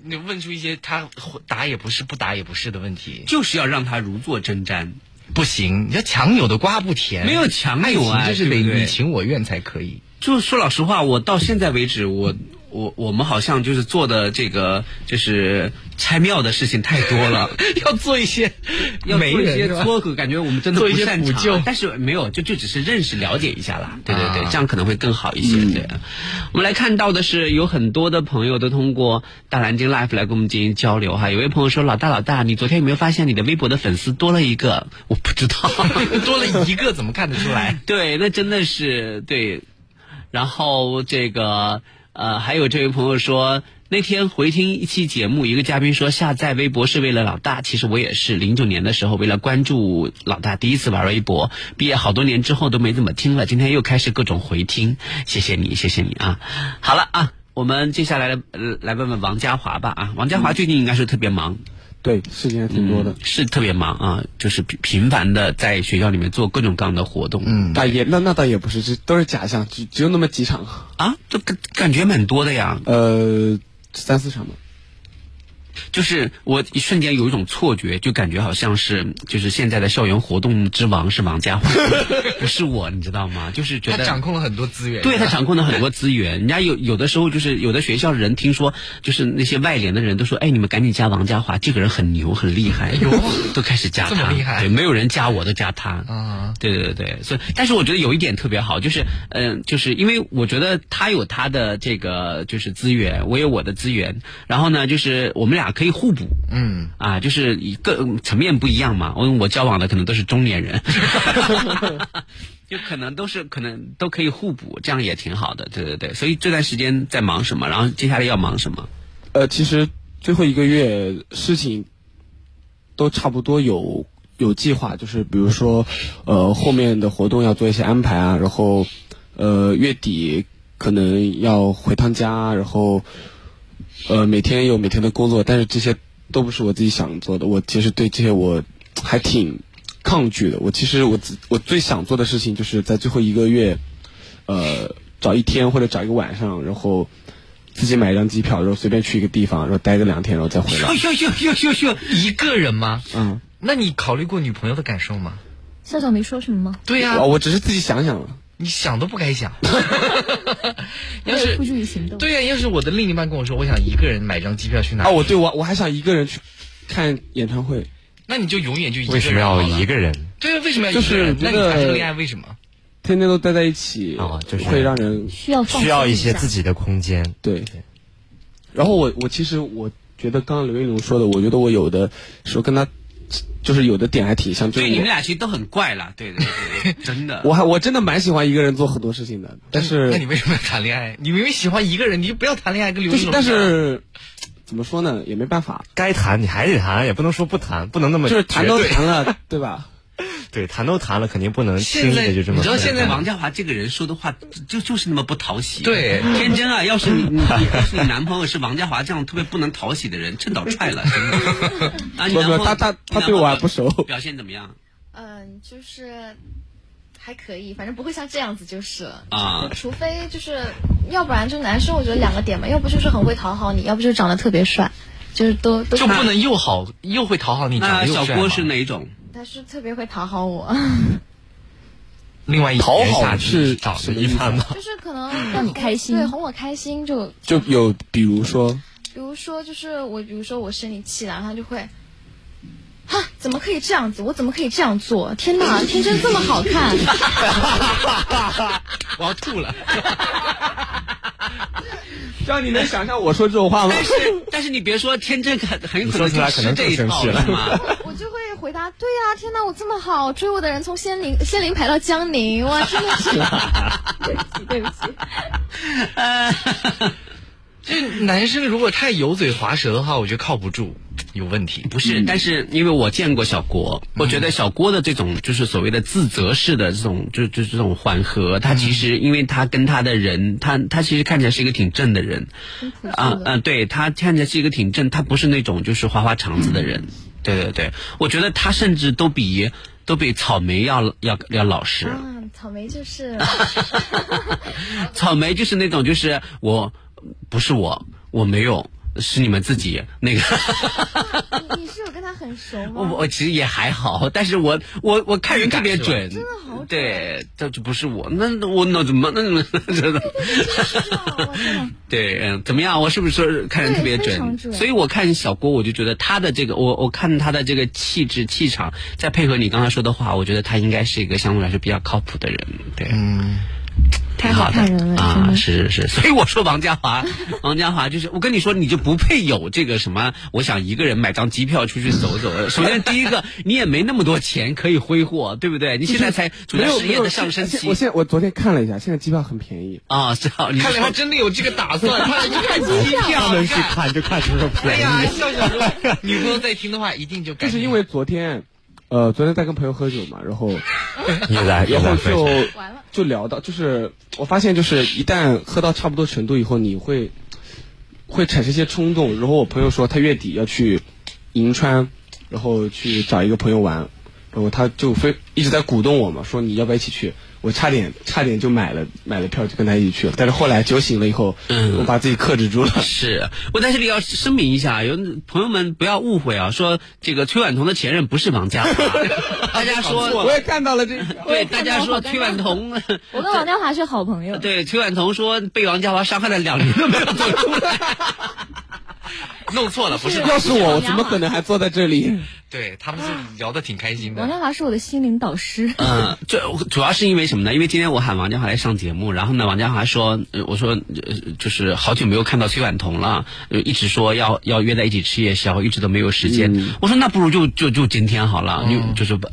你问出一些他答也不是，不答也不是的问题，就是要让他如坐针毡。不行，你要强扭的瓜不甜，没有强扭啊哎爱情就是得对不对你情我愿才可以。就是说老实话，我到现在为止，我我我们好像就是做的这个就是拆庙的事情太多 了， 要做一 些要做一媒些人是吧撮合，感觉我们真的做不一些擅补救长。但是没有，就就只是认识了解一下啦。对对对，啊嗯这样可能会更好一些。对，我们来看到的是有很多的朋友都通过大蓝鲸 Life 来跟我们进行交流哈。有位朋友说：“老大老大，你昨天有没有发现你的微博的粉丝多了一个？”我不知道， 多了一个怎么看得出来？ 对，那真的是对。然后这个呃，还有这位朋友说，那天回听一期节目，一个嘉宾说下载微博是为了老大，其实我也是零九年的时候为了关注老大，第一次玩微博，毕业好多年之后都没怎么听了，今天又开始各种回听，谢谢你，谢谢你啊！ 好了啊，我们接下来来呃来问问王嘉华吧啊，王嘉华最近应该是特别忙。对，事情还挺多的。嗯是特别忙啊，就是频频繁的在学校里面做各种各样的活动。嗯，大爷，那那倒也不是，这都是假象，只只有那么几场啊，这感感觉蛮多的呀。呃，三四场吧。就是我一瞬间有一种错觉，就感觉好像是就是现在的校园活动之王是王家华， 不是我，你知道吗？就是觉 他得掌控了很多资源，对他掌控了很多资源，人家有有的时候就是有的学校人听说，就是那些外联的人都说，哎，你们赶紧加王家华，这个人很牛很厉害，都开始加哎这么他，厉害对，没有人加我都加他，啊，对对对，所以但是我觉得有一点特别好，就是嗯、就是因为我觉得他有他的这个就是资源，我有我的资源，然后呢，就是我们俩可以互补，嗯，啊，就是一个嗯层面不一样嘛。我我交往的可能都是中年人， 就可能都是可能都可以互补，这样也挺好的。对对对，所以这段时间在忙什么，然后接下来要忙什么？呃，其实最后一个月事情都差不多有有计划，就是比如说，呃，后面的活动要做一些安排啊，然后，呃，月底可能要回趟家，然后，呃，每天有每天的工作，但是这些都不是我自己想做的。我其实对这些我还挺抗拒的。我其实我自我最想做的事情就是在最后一个月，呃，找一天或者找一个晚上，然后自己买一张机票，然后随便去一个地方，然后待个两天，然后再回来哎呦。呦呦呦呦呦，一个人吗？嗯，那你考虑过女朋友的感受吗？校长没说什么吗？对呀、哦我只是自己想想。你想都不该 想。要我也是付诸于行动。对呀、要是我的另一半跟我说我想一个人买张机票去哪啊，我对我我还想一个人去看演唱会，那你就永远就一个人为什么要好了一个人？对啊，为什么要一个就是人？那你谈这个恋爱觉得为什么？天天都待在一起，就是会让人需要放需要松一一些下自己的空间。对。然后我我其实我觉得刚刚刘一龙说的，我觉得我有的时候跟他就是有的点还挺像，就对，是你我们俩其实都很怪啦，对对对，对真 的。我还我真的蛮喜欢一个人做很多事情的，但是那你为什么要谈恋爱？你明明喜欢一个人，你就不要谈恋爱，跟刘就一是龙。但是怎么说呢，也没办法，该谈你还得谈，也不能说不谈，不能那么就是谈都绝对谈，了，对吧？对，谈都谈了，肯定不能轻现易在的就这么。你知道现在王家华这个人说的话就就是那么不讨喜，对天真啊！要是你你你要是你男朋友是王家华这样特别不能讨喜的人，趁早踹了，真的。啊，你不不男朋友他他他对我还不熟表现怎么样？嗯，就是还可以，反正不会像这样子就是了。啊除非就是，要不然就男生，我觉得两个点吧，要不就是很会讨好你，要不就是长得特别帅，就是都都就不能又好又会讨好你，长那得又小帅郭吗是哪种？他是特别会讨好 我，另外一讨人下好去是长得一般吧？就是可能让你开心对，哄我开心就就有比如说，比如说，就是我，比如说我生你气了，然后他就会，哈，怎么可以这样子？我怎么可以这样做？天哪，天真这么好看！我要吐了。让你能想象我说这种话吗？但是但是你别说，天真很很有可能你说出来就可吃能这一更生套气了是吗？ 我就会回答，对呀、天哪，我这么好，追我的人从仙林 仙林排到江宁，哇，真的是， 对不起，对不起，就是男生如果太油嘴滑舌的话，我觉得靠不住，有问题。不是，但是因为我见过小郭，我觉得小郭的这种就是所谓的自责式的这种，就就这种缓和，他其实因为他跟他的人，他他其实看起来是一个挺正的人，啊啊、对他看起来是一个挺正，他不是那种就是花花肠子的人，对对对，我觉得他甚至都比都比草莓要要要老实，啊，草莓就是，草莓就是那种就是我不是我，我没有。是你们自己那个， 你你是有跟他很熟我吗？我其实也还好，但是我我我看人特别准，真的好准对，这就不是我，那我那怎么那真的，对，嗯，怎么样？我是不是说看人特别对非常准？准所以我看小郭，我就觉得他的这个，我我看他的这个气质气场，再配合你刚才说的话，我觉得他应该是一个相对来说比较靠谱的人，对，嗯，挺好太好看人的了啊真，的是是是，所以我说王家华，王家华就是我跟你说，你就不配有这个什么，我想一个人买张机票出去走走。首先第一个，你也没那么多钱可以挥霍，对不对？你现在才处没在有事没业有的上升现现我期现在我昨天看了一下，现在机票很便宜，啊，是啊，你看 来他说真的有这个 打算，他来去 看机票，们你去看。看就看什么哎便呀，宜。笑笑说， 女朋友在听的话，一定就就感是因为昨天，呃，昨天在跟朋友喝酒嘛，然后又在又然后在喝酒就完了就聊到，就是我发现，就是一旦喝到差不多程度以后，你会会产生一些冲动。然后我朋友说他月底要去银川，然后去找一个朋友玩，然后他就非一直在鼓动我嘛，说你要不要一起去？我差点差点就买了买了票就跟他一起去了，但是后来酒醒了以后，嗯我把自己克制住了。是，我在这里要声明一下，有朋友们不要误会啊，说这个崔婉彤的前任不是王 家华，大家我说也看到了这，对，大家说崔婉 彤。我跟王家华是好朋友。对，崔婉彤说被王家华伤害了两年都没有走出来，弄错了，不是是吧要是我，我怎么可能还坐在这里？对他们是聊得挺开心王的。亮华是我的心灵导师。嗯，主主要是因为什么呢？因为今天我喊王家华来上节目，然后呢，王家华说，呃我说、呃就是好久没有看到崔婉彤了，呃一直说要要约在一起吃夜宵，一直都没有时间。我说那不如就就就今天好了，就就是把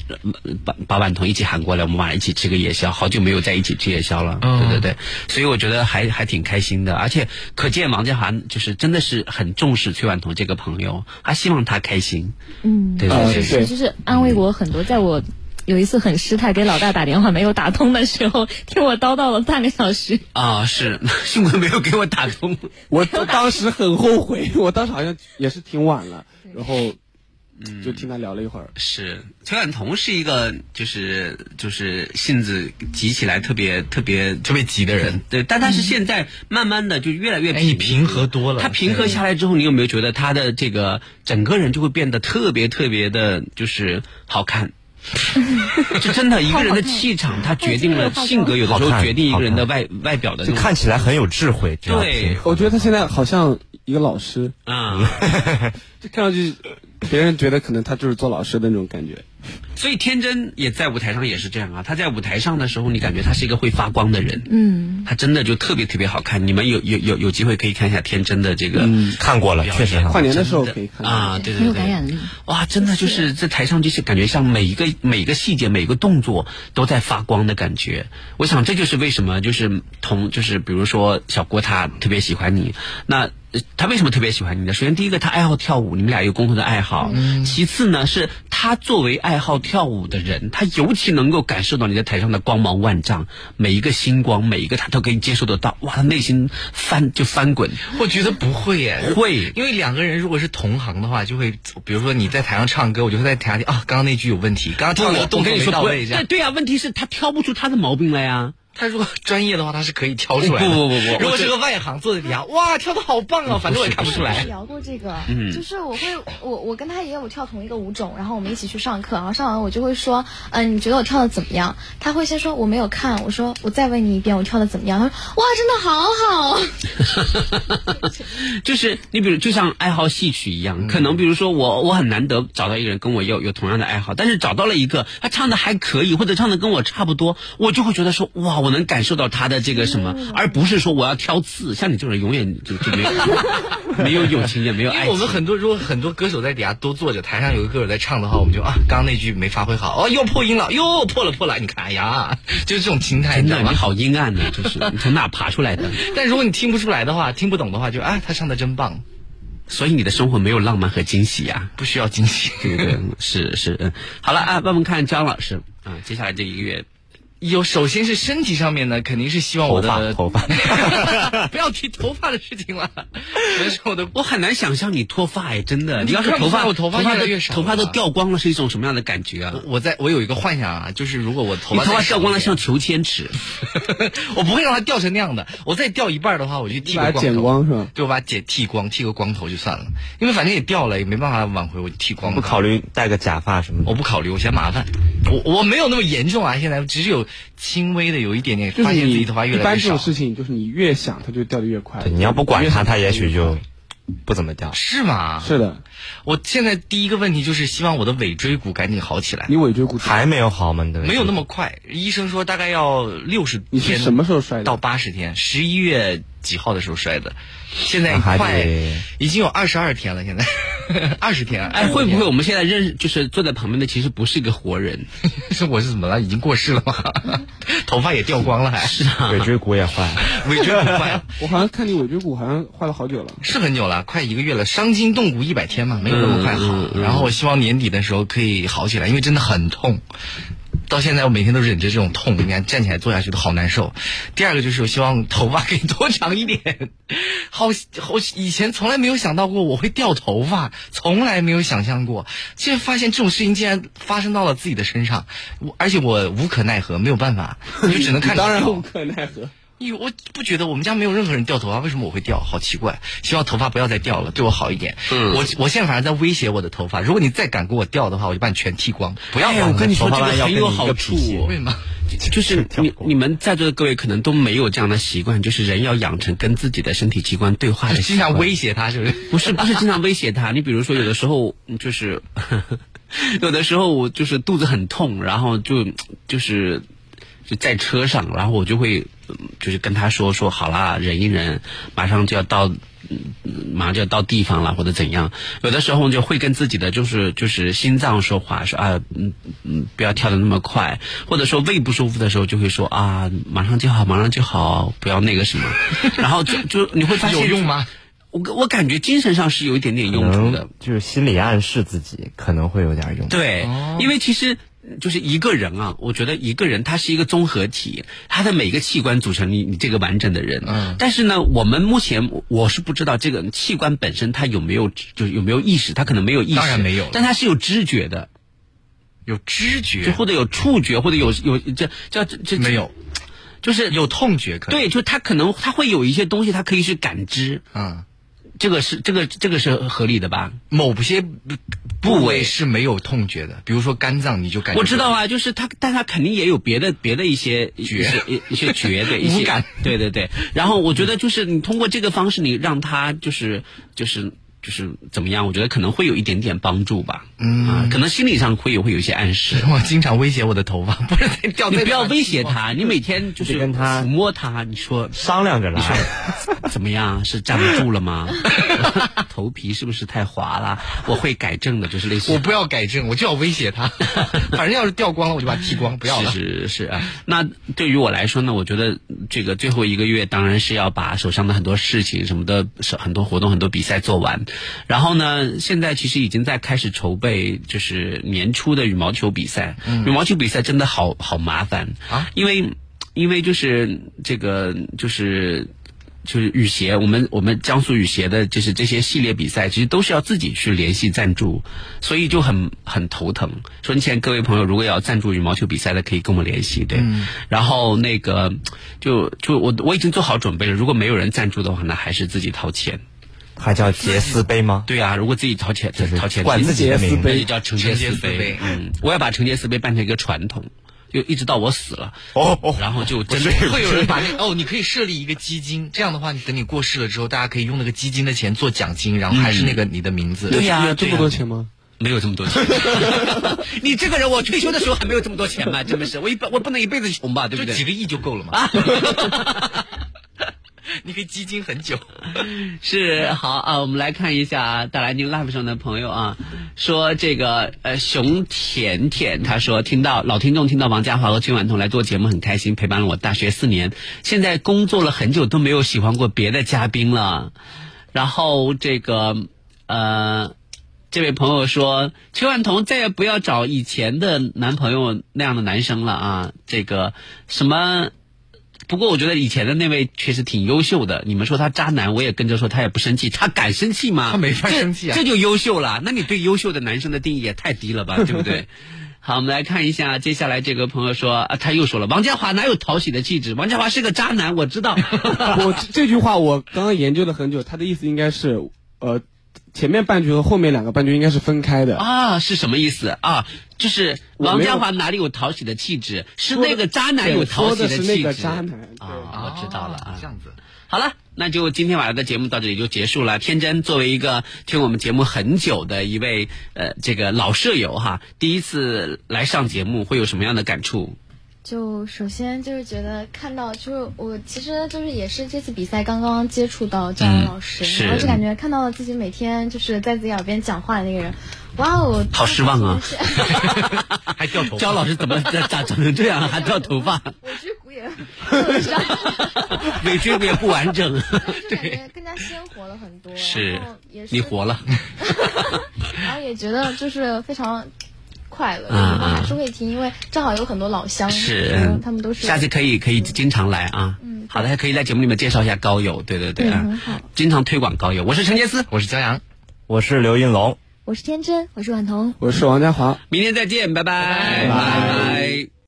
把把婉彤一起喊过来，我们晚上一起吃个夜宵，好久没有在一起吃夜宵了。嗯对对对，所以我觉得还还挺开心的，而且可见王家华就是真的是很重视崔婉彤这个朋友，他希望她开心。嗯，对对确实对是，就是安慰过我很多。在我有一次很失态给老大打电话没有打通的时候，听我叨叨了半个小时。啊、是， 幸亏没有给我打通。我当时很后悔，我当时好像也是挺晚了，然后就听他聊了一会儿。嗯是崔婉彤是一个就是就是性子急起来特别特别特别急的人，对，但她是现在慢慢的就越来越平，哎你平和多了。她平和下来之后，你有没有觉得她的这个整个人就会变得特别特别的，就是好看？就真的一个人的气场，他决定了性格，有的时候决定一个人的外外表的那就种。看起来很有智慧，这样对子，我觉得他现在好像一个老师，啊、就看上去别人觉得可能他就是做老师的那种感觉。所以天真也在舞台上也是这样啊。他在舞台上的时候，你感觉他是一个会发光的人。嗯，他真的就特别特别好看，你们有有有有机会可以看一下天真的这个，嗯看过了，确实很好跨年的真时候可以看啊，对很对有感对，染力。哇，真的就是在台上就是感觉像每一个每一个细节每一个动作都在发光的感觉。我想这就是为什么就是同就是比如说小郭他特别喜欢你，那呃他为什么特别喜欢你呢？首先第一个他爱好跳舞，你们俩有共同的爱好，嗯其次呢是他作为爱好跳舞的人，他尤其能够感受到你在台上的光芒万丈，每一个星光，每一个他都可以接受得到，哇，他内心翻就翻滚。我觉得不会耶，会，因为两个人如果是同行的话，就会，比如说你在台上唱歌，我就会在台下听啊，刚刚那句有问题，刚刚不，唱我的我动作跟你没说到不位，会，这样对。对啊，问题是他挑不出他的毛病来呀、他如果专业的话，他是可以挑出来的。不不不不我如果这是个外行坐在底下，哇，跳的好棒啊，反正我也看不出来。聊过这个，嗯就是我会，我我跟他也有跳同一个舞种，然后我们一起去上课，然后上完我就会说，嗯、你觉得我跳的怎么样？他会先说我没有看，我说我再问你一遍我跳的怎么样？他说哇，真的好好。 就是你比如就像爱好戏曲一嗯样，可能比如说我我很难得找到一个人跟我有有同样的爱好，但是找到了一个他唱的还可以，或者唱的跟我差不多，我就会觉得说哇，我能感受到他的这个什么，而不是说我要挑刺。像你这种人永远就就没有 没有友情也没有因爱为我们情。很多如果很多歌手在底下都坐着，台上有一个歌手在唱的话，我们就啊，刚刚那句没发挥好，哦，又破音了，又破了破了，你看，哎呀， 就是这种心态，真你知道的，吗你？好阴暗呢、就是你从哪爬出来的？但如果你听不出来的话，听不懂的话，就啊，他唱的真棒，所以你的生活没有浪漫和惊喜呀、不需要惊喜。对对，是是，嗯，好了啊，问问看张老师啊，接下来这一个月有，首先是身体上面呢，肯定是希望我的头发 头不要提头发的事情了。 可能是我的，我很难想象你脱发哎，真的，你你要是嗯看不头发出来我头发越来都越少头发都了掉光了，是一种什么样的感觉啊？我在我有一个幻想啊，就是如果我头你发头发再少掉光了一点像裘千尺， 我不会让它掉成那样的。我再掉一半的话，我就剃把个它剪头。光是吧？对，我把它剪剃光，剃个光头就算了，因为反正也掉了，也没办法挽回，我就剃光不了。考虑戴个假发什么的。我不考虑，我嫌麻烦。我我没有那么严重啊，现在只是有轻微的有一点点，就是发现自你己头发越一来般越这种少。事情，就是你越想它就掉的越快。对你要不管越它，想它也许就不怎么掉。是吗？是的。我现在第一个问题就是希望我的尾椎骨赶紧好起来，你尾椎骨折还没有好吗？你的没有那么快。医生说大概要六十你是天什么时候摔到的？八十天，十一月几号的时候摔的，现在那还快得已经有二十二天了，现在 二十天。哎，会不会会我们现在认识就是坐在旁边的其实不是一个活人？是我是怎么了？已经过世了吗？ 头发也掉光了还，是啊，尾椎骨也坏了。 尾椎骨坏了，我好像看你尾椎骨好像坏了好久了。是很久了，快一个月了，伤筋动骨一百天嘛，没有那么快嗯好。然后我希望年底的时候可以好起来，因为真的很痛。到现在我每天都忍着这种痛，你看站起来坐下去都好难受。第二个就是我希望头发可以多长一点，好，好以前从来没有想到过我会掉头发，从来没有想象过。现在发现这种事情竟然发生到了自己的身上，我而且我无可奈何，没有办法，我就只能看着当然掉无可奈何。因为哎我不觉得我们家没有任何人掉头发，为什么我会掉？好奇怪！希望头发不要再掉了，对我好一点。嗯我我现在反正在威胁我的头发，如果你再敢给我掉的话，我就把你全剃光。不要哎管我跟你说头这发个要很跟有你一好个处皮鞋哦为。什么？就是你你们在座的各位可能都没有这样的习惯，就是人要养成跟自己的身体器官对话的习哎经常惯。威胁他是不是？不是不是经常威胁他，你比如说有的时候嗯就是。有的时候我就是肚子很痛，然后就就是就在车上，然后我就会嗯就是跟他说说好啦，忍一忍，马上就要到。嗯马上就要到地方了，或者怎样？有的时候就会跟自己的就是就是心脏说话，说啊，嗯嗯，不要跳的那么快，或者说胃不舒服的时候就会说啊，马上就好，马上就好，不要那个什么。然后就就你会发现有用吗？我我感觉精神上是有一点点 用处的，就是心理暗示自己可能会有点用。对，哦因为其实就是一个人啊，我觉得一个人他是一个综合体，他的每个器官组成你你这个完整的人。嗯。但是呢，我们目前我是不知道这个器官本身它有没有就是有没有意识，它可能没有意识，当然没有了但它是有知觉的，有知觉，就或者有触觉，或者有有这叫这这没有。就是有痛觉，可能对，就他可能他会有一些东西，他可以去感知，嗯，这个是这个这个是合理的吧？某些部位是没有痛觉的，比如说肝脏，你就感觉我知道啊，就是他，但他肯定也有别的别的一些觉一些一些觉， 对，一无些感，对对对。然后我觉得就是你通过这个方式，你让他就是就是就是怎么样？我觉得可能会有一点点帮助吧。嗯啊，可能心理上会有会有一些暗示。 我经常威胁我的头发，不是在掉你在不要哪威胁他，嗯你每天就是跟他抚摸他，你 说商量着来，怎么样？是站不住了吗？ 头皮是不是太滑了？我会改正的，就是类似我不要改正，我就要威胁他。反正要是掉光了，我就把它剃光，不要了。是是是啊，那对于我来说呢，我觉得这个最后一个月当然是要把手上的很多事情什么的，是很多活动、很多比赛做完。然后呢，现在其实已经在开始筹备，就是年初的羽毛球比赛。嗯羽毛球比赛真的好好麻烦啊，因为因为就是这个就是。就是羽协，我们我们江苏羽协的，就是这些系列比赛，其实都是要自己去联系赞助，所以就很很头疼。所以现在各位朋友，如果要赞助羽毛球比赛的，可以跟我们联系，对。嗯然后那个，就就我我已经做好准备了，如果没有人赞助的话，那还是自己掏钱。还叫杰斯杯吗？对啊，如果自己掏钱，掏钱管自己的名字那就叫承接承接四四杯嗯，我要把承接四杯办成一个传统，就一直到我死了。哦哦然后就真的会有人把那个哦，你可以设立一个基金，这样的话，你等你过世了之后，大家可以用那个基金的钱做奖金，然后还是那个你的名字。对呀、有这么多钱吗？没有这么多 钱，你这个人，我退休的时候还没有这么多钱嘛，真 的是，我一辈我不能一辈子穷吧，对不就对？几个亿就够了嘛。你可以基金很久。是好啊，我们来看一下大来宁 live 上的朋友啊，说这个呃熊甜甜他说听到老听众听到王家华和崔婉彤来做节目很开心，陪伴了我大学四年，现在工作了很久都没有喜欢过别的嘉宾了。然后这个呃，这位朋友说崔婉彤再也不要找以前的男朋友那样的男生了啊，这个什么。不过我觉得以前的那位确实挺优秀的。你们说他渣男，我也跟着说他也不生气，他敢生气吗？他没法生气啊这，这就优秀了。那你对优秀的男生的定义也太低 了吧，对不对？好，我们来看一下，接下来这个朋友说，啊、他又说了，王家华哪有讨喜的气质？王家华是个渣男，我知道。 我这这句话我刚刚研究了很久，他的意思应该是，呃，前面半句和后面两个半句应该是分开的。 啊，是什么意思啊？就是我王没有家华哪里有讨喜的气质？是那个渣男有对讨说喜的气是质。那个渣男。哦啊，我知道了啊。这样子。好了，那就今天晚上的节目到这里就结束了。天真作为一个听我们节目很久的一位呃这个老舍友哈，第一次来上节目会有什么样的感触？就首先就是觉得看到，就是我其实就是也是这次比赛刚刚接触到张嗯阳老师，是然后就感觉看到了自己每天就是在自己耳边讲话的那个人，哇哦，好失望啊！ 还掉 头焦老师怎么咋咋整成这样，还 掉头发， 我是古也，我知道，尾椎骨也不完整。 就感觉更加鲜活了很多，是然后哦也，是你活 了。然后也觉得就是非常快乐，嗯嗯然后还是会听，因为正好有很多老乡，然后是，嗯嗯他们都是下次可以可以经常来啊。嗯好的，还可以在节目里面介绍一下高友，对对对嗯啊，很好。经常推广高友。我是陈杰斯，我是江阳，我是刘云龙。我是天真，我是婉彤。我是王家华。明天再见，拜拜，拜拜。